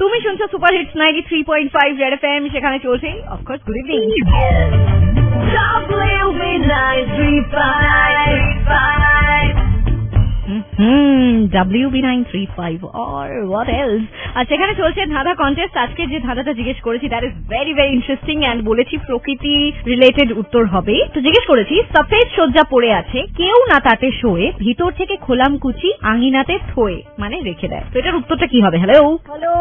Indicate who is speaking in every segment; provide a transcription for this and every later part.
Speaker 1: তুমি শুনছো super hits ninety three point five red F M সেখানে চলছে of course good evening hmm W B nine three five or what else আর সেখানে চলছে ধাঁধা কন্টেস্ট আজকে যে ধাঁধাটা জিজ্ঞেস করেছি that is very very interesting and বলেছি প্রকৃতি রিলেটেড উত্তর হবে তো জিজ্ঞেস করেছি সফেদ শয্যা পড়ে আছে কেউ না তাতে শোয়ে ভিতর থেকে খোলাম কুচি আঙিনাতে থয়ে মানে রেখে দেয় তো এটার উত্তরটা কি হবে হ্যালো
Speaker 2: হ্যালো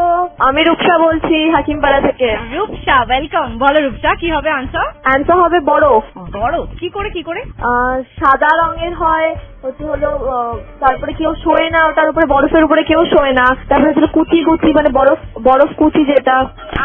Speaker 2: আমি রূপসা বলছি হাকিমপাড়া থেকে
Speaker 1: রূপসা ওয়েলকাম বলো রূপসা কি হবে আনসার
Speaker 2: অ্যান্সার হবে বরফ
Speaker 1: বড় কি করে কি করে
Speaker 2: আহ, সাদা রঙের হয় হচ্ছে হলো আহ, তারপরে কেউ শোয় না ওটার উপরে বরফের উপরে কেউ শোয় না তারপরে হচ্ছে কুচি কুচি মানে বরফ বরফ কুচি যেটা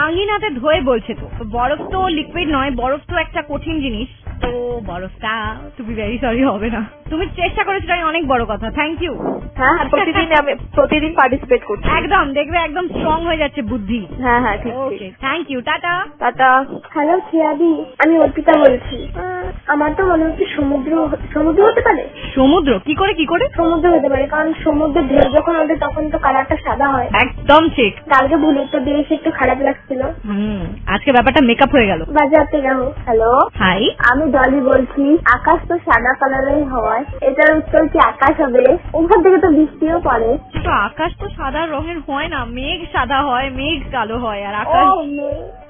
Speaker 1: আঙিনাতে ধোয়ে বলছে তো তো বরফ তো লিকুইড নয় বরফ তো একটা কঠিন জিনিস তো বরফটা তুমি ভেরি সরি হবে না তুমি চেষ্টা করেছো এটা অনেক বড় কথা থ্যাংক ইউ
Speaker 2: হ্যাঁ হ্যাঁ প্রতিদিন আমি প্রতিদিন পার্টিসিপেট করছি
Speaker 1: একদম দেখবে একদম স্ট্রং হয়ে যাচ্ছে বুদ্ধি
Speaker 2: হ্যাঁ হ্যাঁ ঠিক
Speaker 1: ওকে
Speaker 2: ঠিক
Speaker 1: thank you tata
Speaker 2: tata
Speaker 3: hello শ্রেয়াদি আমি অর্পিতা বলছি আহ, আমার তো মনে হচ্ছে সমুদ্র সমুদ্র হতে পারে
Speaker 1: সমুদ্র কি করে কি করে
Speaker 3: সমুদ্র হতে পারে কারণ সমুদ্রের ঢেউ যখন ওঠে তখন তো কালারটা সাদা হয়
Speaker 1: একদম ঠিক
Speaker 3: কালকে ভুল উত্তর দিয়ে এসে একটু খারাপ লাগছিল
Speaker 1: হুম আজকে ব্যাপারটা মেকআপ হয়ে গেল
Speaker 3: বাজাতে যাবো হ্যালো
Speaker 1: হাই
Speaker 3: আমি ডলি বলছি আকাশ তো সাদা কালারের হয় এটার উত্তর কি আকাশ হবে ওখান থেকে তো বৃষ্টিও পড়ে
Speaker 1: তো আকাশ তো সাদা রঙের হয় না মেঘ সাদা হয় মেঘ কালো হয় আর
Speaker 3: Oh
Speaker 1: Akash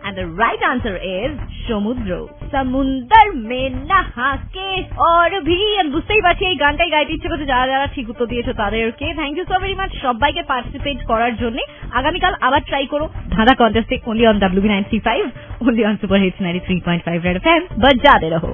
Speaker 1: And the right answer is সমুদ্র সমুন্দর মে নাহাকে और भी আর বুঝতেই পারছি এই গানটাই গাইতে ইচ্ছে করছে যারা যারা ঠিক উত্তর দিয়েছো তাদেরকে thank you so very much সবাইকে পার্টিসিপেট করার জন্য আগামীকাল আবার ট্রাই করো ধাঁধা কন্টেস্টে only on W nine three five only on super hits ninety three point five red F M but যাতে রহো